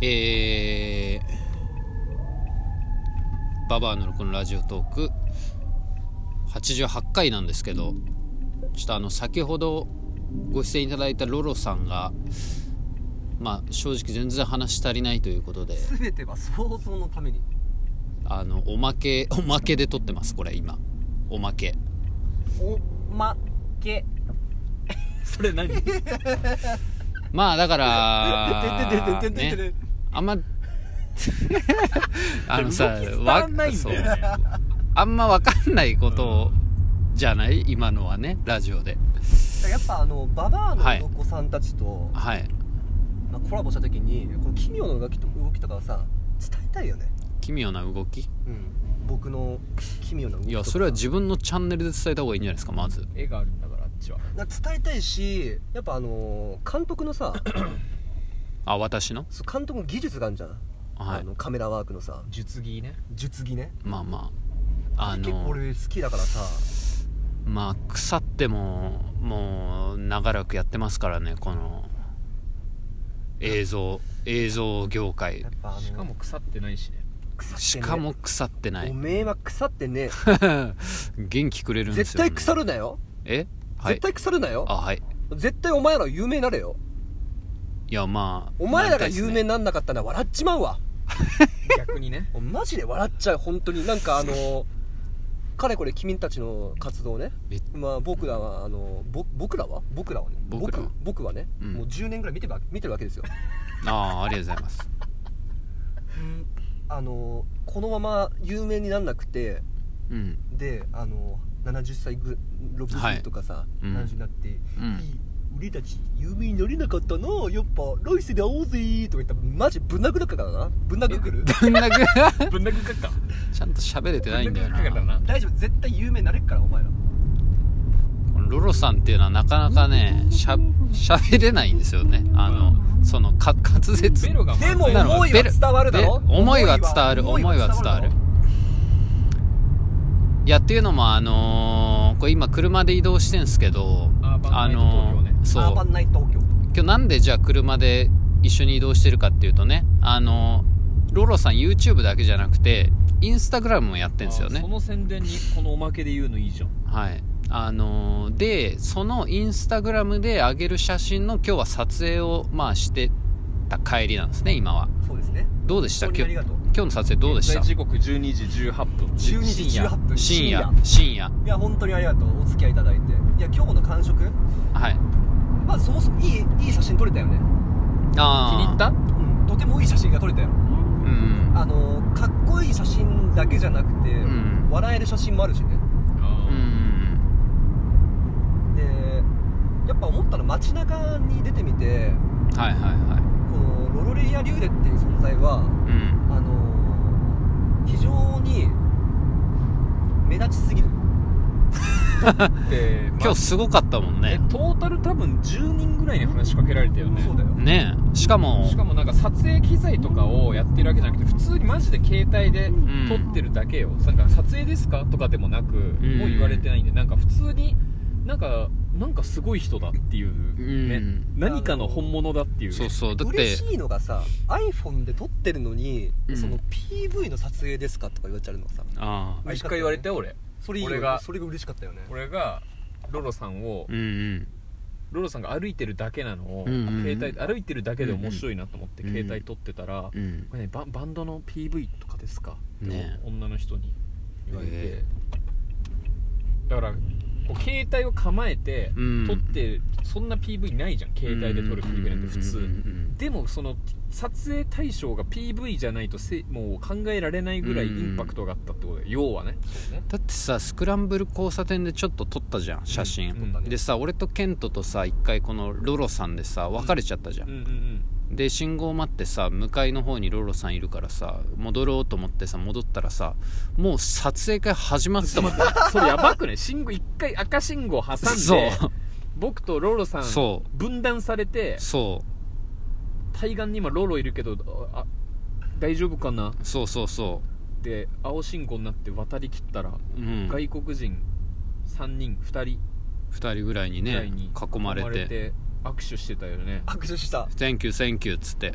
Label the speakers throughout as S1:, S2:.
S1: えー、ババアのこのラジオトーク88回なんですけどちょっとあの先ほどご出演いただいたロロさんがまあ正直全然話足りないということで
S2: 全ては想像のために
S1: あのおまけおまけで撮ってますこれ今おまけ
S2: おまけそれ何
S1: まあだから
S2: てんてんてんてんてんてんてんてん
S1: ねあん まあのさ
S2: 動き伝わんないんだよね
S1: わそうあんま分かんないことをじゃない今のはねラジオで
S2: やっぱあのババア
S1: はい
S2: のお子さんたちと、
S1: はい
S2: まあ、コラボした時にこの奇妙な動きと動きとかをさ伝えたいよね
S1: 奇妙な動き
S2: うん僕の奇妙な動きと
S1: い
S2: か
S1: やそれは自分のチャンネルで伝えた方がいいんじゃないですかまず
S3: 絵があるんだからあっちは
S2: な伝えたいしやっぱあのー監督のさ
S1: あ私の
S2: そう監督の技術があるじゃん、
S1: は
S2: あ
S1: い
S2: のカメラワークのさ
S3: 術技ね
S2: 術技ね
S1: まあまああ
S2: 結構
S1: の
S2: 俺好きだからさ
S1: まあ腐ってももう長らくやってますからねこの映像映像業界
S2: やっぱあの
S3: しかも腐ってな いしね
S2: 腐ってね
S1: しかも腐ってな
S2: お
S1: い
S2: めえは腐ってね
S1: 元気くれるんです
S2: 絶
S1: よ、ね、
S2: 対腐るなよ、
S1: えはい
S2: 絶対腐るなよ
S1: あはい
S2: 絶対お前ら有名になれよ
S1: いやまあ
S2: お前らが有
S1: なり
S2: 名になんなかったら笑っちまうわ
S3: 逆にね
S2: マジで笑っちゃう本当になんか あのかれこれ君たちの活動ね
S1: め
S2: まあ僕らはあのぼ僕らは僕らはね
S1: 僕らは
S2: 僕はね、
S1: うん
S2: もう10年ぐらい見てるわ見てるわけですよ
S1: たいですねああありがとうございます
S2: あのこのまま有名になんなくて
S1: うん
S2: であの70歳ぐ
S1: はい
S2: 60とかさ、
S1: うん
S2: 70になって、
S1: うん
S2: いい俺たち有名になれなかったなやっぱ来世で会おうぜとか言ったらマジぶん殴るからなぶん殴る
S1: ぶん殴
S3: ぶん殴っか
S1: ちゃんと喋れてないんだよ
S3: ぶん殴っか
S1: な
S3: な
S2: 大丈夫絶対有名になれっからお前ら
S1: このロロさんっていうのはなかなかねしゃ喋れないんですよねあのそのか 滑舌
S3: ベロが
S2: でも
S1: なの
S2: 思いは伝わるだろ
S1: で思いは伝わる思いは伝わるいやっていうのもあのーこれ今車で移動してんすけど
S3: アーバンナイト東京ね
S1: ーそう
S2: アーバンナイト東京
S1: 今日なんでじゃあ車で一緒に移動してるかっていうとねあのロロさん YouTube だけじゃなくてインスタグラムもやってんですよ
S3: あーそ
S1: ね
S3: の宣伝にこのおまけで言うのいいじゃん
S1: はいあのーでそのインスタグラムで上げる写真の今日は撮影をまあしてた帰りなんですね今は
S2: そうですね
S1: どうでした
S2: 本
S1: 今
S2: 当にあ
S1: 日
S2: りが
S1: 今
S2: とう
S1: 日の撮影どうでした
S3: 現在時刻12時18分
S2: 12時18分
S1: 深夜深夜
S2: いや本当にありがとうお付き合いいただいていや今日の感触
S1: はい
S2: まずそもそもいいいい写真撮れたよね、
S1: あ
S3: 気
S1: ー
S3: に入った
S2: うん、とてもいい写真が撮れたよ
S1: うん
S2: あのかっこいい写真だけじゃなくて、
S1: ん
S2: 笑える写真もあるしね
S1: うんうん
S2: でやっぱ思ったの街中に出てみて
S1: はいはいは
S2: このロロレリア・リューデっていう存在はい
S1: うん
S2: あのー非常に目立ちすぎる
S3: で
S1: 今日すごかったもん
S3: まあ
S1: ね
S3: えトータル多分10人ぐらいに話しかけられたよね
S2: そうだよ
S1: ねえしかも
S3: しかもなんか撮影機材とかをやってるわけじゃなくて普通にマジで携帯で撮ってるだけよ、なんか撮影ですかとかでもなく、
S1: ん
S3: もう言われてないんでなんか普通になんかなんかすごい人だっていう、ね
S1: うん
S3: 何かの本物だっていう
S1: そうそうだって
S2: 嬉しいのがさ iPhone で撮ってるのに、
S1: うん
S2: その PV の撮影ですかとか言われちゃうのがさ
S1: ああ
S3: あ一回言われたよ俺
S2: それいいよね
S3: 俺が
S2: それが嬉しかったよね
S3: 俺がロロさんを、
S1: うんうん
S3: ロロさんが歩いてるだけなのを、
S1: うんうんうん
S3: 携帯歩いてるだけで面白いなと思って、
S1: うんうん
S3: 携帯撮ってたら、こ
S1: うん
S3: れね、ババンドの PV とかですか、
S1: ね
S3: って女の人に言われて、
S1: え
S3: だからこう携帯を構えて、
S1: うん
S3: 撮ってそんな PV ないじゃん携帯で撮る PV なんて普通、
S1: うんうんうん
S3: でもその撮影対象が PV じゃないとせもう考えられないぐらいインパクトがあったってことで、要はね
S2: そうね
S1: だってさスクランブル交差点でちょっと撮ったじゃん写真、
S3: うん
S2: うん
S1: でさ俺とケントとさ一回このロロさんでさ別れちゃったじゃん
S3: うん、うん
S1: で信号待ってさ向かいの方にロロさんいるからさ戻ろうと思ってさ戻ったらさもう撮影会始まってたもんね
S3: うんそれやばくね信号一回赤信号挟ん
S1: そう
S3: で僕とロロさん
S1: そ
S3: 分断されて
S1: そ
S3: 対岸に今ロロいるけどあ大丈夫かなっ
S1: うそうそうそ
S3: て青信号になって渡りきったら
S1: う、うん、
S3: 外国人3人2人
S1: 2人ぐらいに
S3: ぐら
S1: ね
S3: いに
S1: 囲まれて
S3: 握手してたよね
S2: 握手した
S1: 「Thank you thank you」っつって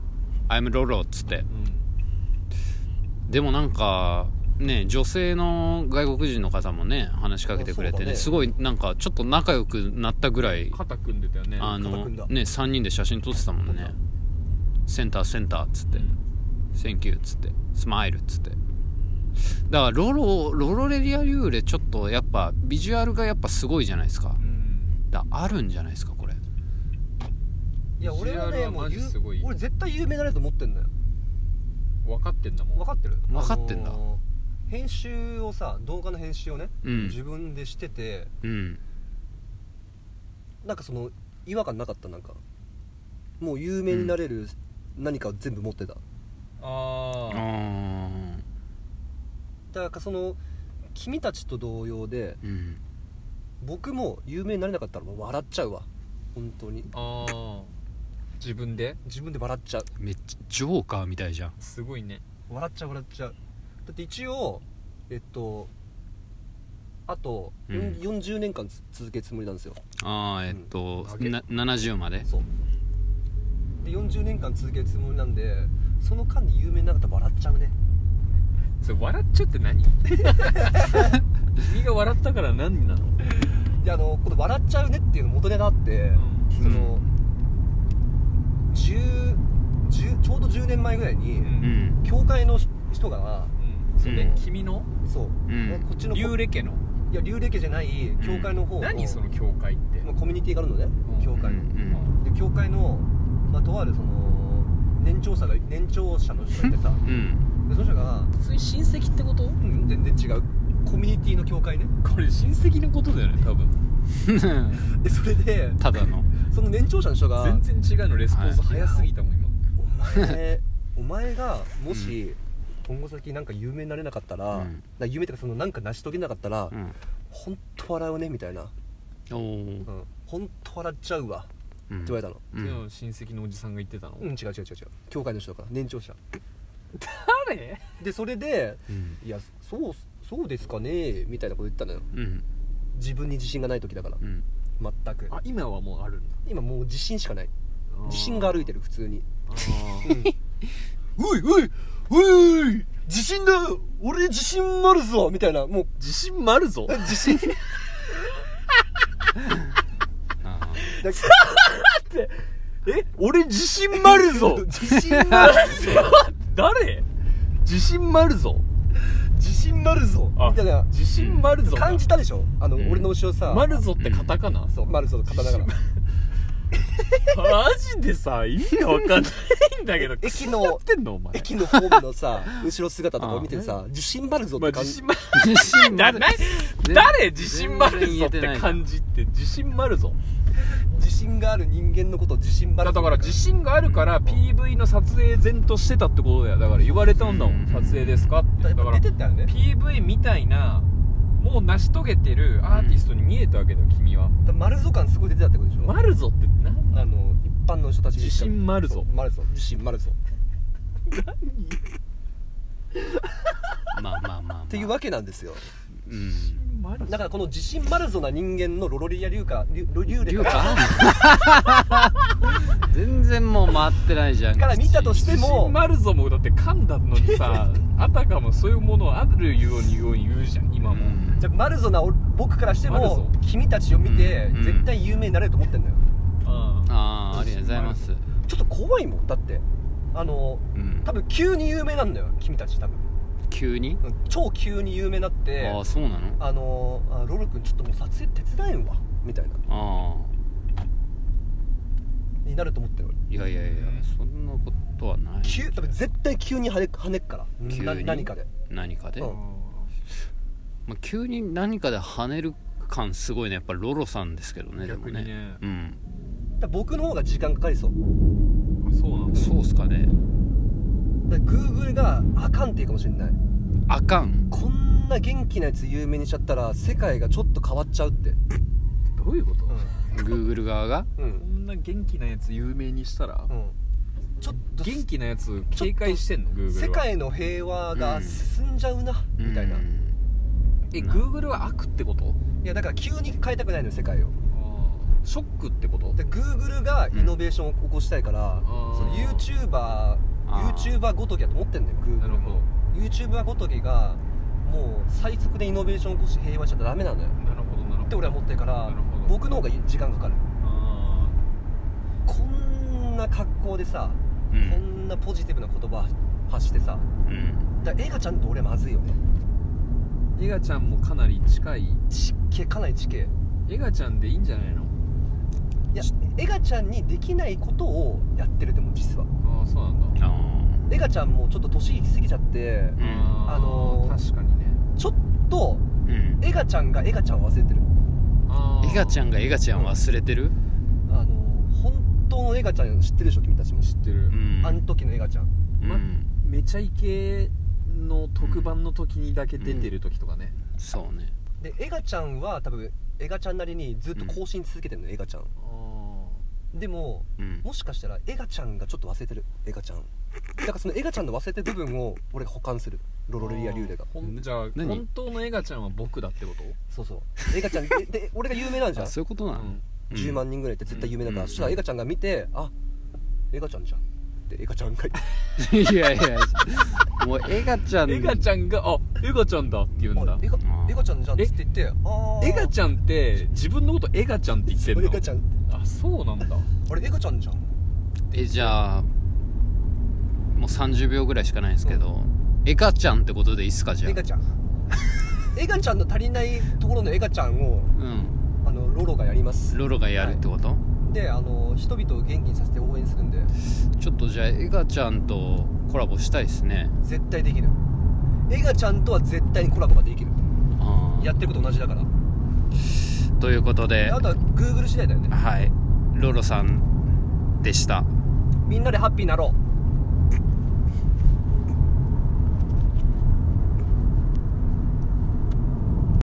S1: 「I'm Lolo」っつって
S3: うん
S1: でもなんかね女性の外国人の方もね話しかけてくれて
S2: あそう
S1: ね
S2: だね
S1: すごいなんかちょっと仲良くなったぐらい
S3: 肩組んでたよね
S1: あ
S2: 肩
S1: の
S2: 組んだ
S1: ね3人で写真撮ってたもん
S2: 撮っ
S1: ねセンターセンターっつって「センキュー」っつって「スマイル」っつってだからロロロロレリア・リューレちょっとやっぱビジュアルがやっぱすごいじゃないですか
S3: うん
S1: だからあるんじゃないですかこれ
S2: いや俺は
S3: シ
S2: ね
S3: ェアラー
S2: もう
S3: マジ
S2: 有
S3: すごい
S2: 俺絶対有名になれると思ってんのよ
S3: 分かってんだもん
S2: 分かってる
S1: 分かってんだ
S2: あのー編集をさ動画の編集をね、
S1: うん
S2: 自分でしてて
S1: うん
S2: なんかその違和感なかったなんかもう有名になれる何かを全部持ってた、
S3: あ
S1: あ
S3: あ
S1: ー
S2: だからその君たちと同様で
S1: うん
S2: 僕も有名になれなかったらもう笑っちゃうわ本当に
S3: ああ自分で
S2: 自分で笑っちゃう
S1: めっちゃジョーカーみたいじゃん
S3: すごいね
S2: 笑っちゃう笑っちゃうだって一応えっとあと、
S1: うん
S2: 40年間つ続けるつもりなんですよ
S1: ああえっと、
S3: うん
S1: な70まで
S2: そうで40年間続けるつもりなんでその間に有名になかったら笑っちゃうね
S3: それ笑っちゃって何君が笑ったから何なの、
S2: であのこの「笑っちゃうね」っていうの元ネタあって、その10 10ちょうど10年前ぐらいに、
S3: う
S1: うんん
S2: 教会の人が
S3: うんそれ、
S1: うん
S3: 君の
S2: そう、
S1: ん
S2: ねこっちの
S3: 幽霊家の
S2: いや流霊家じゃない教会の方の、
S3: 何その教会って、
S2: まあコミュニティがあるのね、
S3: うん
S2: 教
S1: う
S2: 会の、
S1: ん
S2: で教会の、まあ、とあるその年長者が年長者の人がいてさ
S1: うんうん
S2: でその人が
S3: 普通に親戚ってこ
S2: 「
S3: と
S2: うん全然違うコミュニティの教会ね
S3: これ親戚のことだよね多分」
S2: でそれで
S1: ただの
S2: その年長者の人が
S3: 全然違うのレスポンス早すぎたもん今
S2: 「お前お前がもし、今後先なんか有名になれなかったら、
S1: うん
S2: な夢とかそのなんか成し遂げなかったら、
S1: うん
S2: ほんと笑うねみたいな、
S1: おー
S2: うん、ほんと笑っちゃうわって
S1: うん
S2: 言われたの、
S1: うん
S3: 昨日親戚のおじさんが言ってたの、
S2: うん、違う違う違う違う教会の人だから年長者
S3: 誰
S2: でそれで
S1: うん
S2: 「いやそうそうですかね」みたいなこと言ったのよ
S1: うん
S2: 自分に自信がない時だから
S1: うん
S2: 全く
S3: あ今はもうあるんだ
S2: 今もう自信しかない自信が歩いてる普通に
S3: あ
S2: おいおいおい自信だ俺自信あるぞみたいなもう
S3: 自信もあるぞ
S2: 自信だ
S1: あ
S3: え俺自信もあるぞ
S2: 自信ある
S3: 誰自信もあるぞ
S2: 自信 あるぞ
S3: あ
S2: みたいな
S3: 自信もあるぞ
S2: 感じたでしょあの、
S1: うん
S2: 俺の後ろさ
S3: マルゾってカタカナ
S2: そう丸そう肩だから
S3: マジでさ意味がわかんないんだけど
S2: 駅
S3: 薬や
S2: の
S3: ってんのお前
S2: 駅のホームのさ後ろ姿とかを見てさ自信あるぞっ
S3: まあ
S2: て感
S3: 自
S2: じ
S3: 信ま
S1: ー自 信
S3: だ
S1: 丸
S3: ない
S1: 全
S3: 誰自信まるぞっ
S1: 全然言えてな
S3: て
S1: い
S3: 感じって自信まるぞ
S2: 自信がある人間のことを自信ある
S3: だ
S2: ぞ
S3: から自信があるから PV の撮影前としてたってことだよだから言われたんだも
S1: う
S3: ん
S1: ん
S3: 撮影ですかってだ
S2: やっ
S3: か
S2: ぱ
S3: ら
S2: 出てったよね
S3: PV みたいなもう成し遂げてるアーティストに見えたわけだよ君は
S2: 丸ぞ感すごい出てたってことでしょ
S3: まるぞって何
S2: あの一般の人たちにしか
S3: 自信丸ぞ
S2: そう丸ぞ自信丸ぞ
S1: まあまあまあ、まあ、っ
S2: っていうわけなんですよ
S1: うん
S3: まる
S2: だからこの自信丸ぞな人間のロロリア流か流流
S1: 龍
S2: レ
S1: か
S2: から
S1: 全然もう回ってないじゃん
S2: から見たとして
S3: 自
S2: も
S3: 信まるぞもだって噛んだのにさあたかもそういうものあるように言う言うじゃん今
S1: う
S3: も、
S1: ん
S2: じゃあ丸ぞな俺僕からして
S3: 丸ぞ
S2: も君たちを見て
S1: うん
S2: 絶対有名になれると思ってんのよ
S3: ああ
S1: ああありがとうございます
S2: ちょっと怖いもんだってあの
S1: うん
S2: 多分急に有名なんだよ君たち多分
S1: 急に
S2: うん超急に有名になって
S1: ああそうなの
S2: あのあロロ君ちょっともう撮影手伝えんわみたいな
S1: ああ
S2: になると思ってる
S1: いやいやいやそんなことはない
S2: 急多分絶対急に跳ね跳ねっから
S1: 急
S2: な
S1: に
S2: 何かで
S1: 何かで、
S2: うん
S1: まあ、急に何かで跳ねる感すごいねやっぱロロさんですけどねでも
S3: 逆に
S1: ね
S3: ね
S1: うん
S2: だから僕の方が時間かかりそう
S3: あそうなんだ
S1: そうっすかね
S2: だから Google があかんって言うかもしれない
S1: あかん
S2: こんな元気なやつ有名にしちゃったら世界がちょっと変わっちゃうって
S3: どういうこと、
S1: Google 側が
S2: うんうん
S3: こんな元気なやつ有名にしたら、
S2: うんちょっと
S3: 元気なやつ警戒してんの Google は
S2: 世界の平和が進んじゃうな、みたいな
S1: う
S2: い
S1: ん
S3: え Google は悪ってこと
S2: やだから急に変えたくないのよ世界を
S3: ショックってこと
S2: で Google がイノベーションを起こしたいから、
S3: ん
S2: その YouTuber
S1: あー
S2: YouTuber ごときだと思ってんだよ Google
S3: なるほど
S2: も YouTuber ごときがもう最速でイノベーションを起こして平和しちゃダメなんだよ
S3: なるほどなるほど
S2: って俺は思ってるから
S3: なるほど
S2: 僕の方が時間かかる
S3: あ
S2: こんな格好でさ、
S1: う
S2: こ
S1: ん
S2: んなポジティブな言葉発してさ
S1: うん
S2: だから絵がちゃんと俺はまずいよね
S3: ーエガちゃんもかなり近い
S2: ちっけかなりちけ
S3: エガちゃんでいいんじゃないの
S2: いやエガちゃんにできないことをやってると思う実は
S3: ああそうなんだ
S1: あー
S2: エガちゃんもちょっと年過ぎちゃって
S1: うん
S3: あー
S2: あのー
S3: 確かにね
S2: ちょっと
S1: うん
S2: エガちゃんがエガちゃんを忘れてる
S3: あ
S1: エガちゃ
S3: ん
S1: んがエガちゃん忘れてる
S2: あの本当のエガちゃん知ってるでしょ君たちも
S3: 知ってる、
S1: うん
S2: あん時のエガちゃん
S1: う
S3: ま
S1: ん
S3: めちゃイケの特番の時にだけ出てる時とかね、
S1: そうね
S2: でエガちゃんは多分エガちゃんなりにずっと更新続けてるのエガちゃんでも
S1: うん
S2: もしかしたらエガちゃんがちょっと忘れてるエガちゃんだからそのエガちゃんの忘れてる部分を俺が補完するロロリア・リュウレが
S3: ほんじゃあ
S1: 何
S3: 本当のエガちゃんは僕だってこと
S2: そうそうエガちゃんでで俺が有名なんじゃ
S1: あ
S2: ん
S1: そういうことなの
S2: 10万人ぐらいって絶対有名だから、
S1: うん
S2: そしたらエガちゃんが見て「あエガちゃんじゃん」ってエガちゃんが言って
S1: 人 いやいやもうエガちゃん
S3: エガちゃんが「あエガちゃんだ」って言
S2: 「
S3: うんだ
S2: あエガ
S1: あー
S2: エガちゃんじゃん」っつって言って「あ
S3: エガ
S2: ゃ
S3: ちゃんって自分のことエガちゃんって言ってん
S2: エ
S3: の
S2: ガちゃん
S3: あそうなんだ
S2: あれエガちゃんじゃん」
S1: えじゃあもう30秒ぐらいしかないですけど、エガちゃんってことでいいっすかじゃ
S2: エガ
S1: あ
S2: ちゃんエガちゃんの足りないところのエガちゃんを
S1: うん
S2: あのロロがやります
S1: ロロがやるってこと、
S2: であの人々を元気にさせて応援するんで
S1: ちょっとじゃあエガちゃんとコラボしたいですね
S2: 絶対できるエガちゃんとは絶対にコラボができる
S1: あー
S2: やってること同じだから
S1: ということで
S2: あとは Google 次第だよね
S1: はいロロさんでした
S2: みんなでハッピーになろう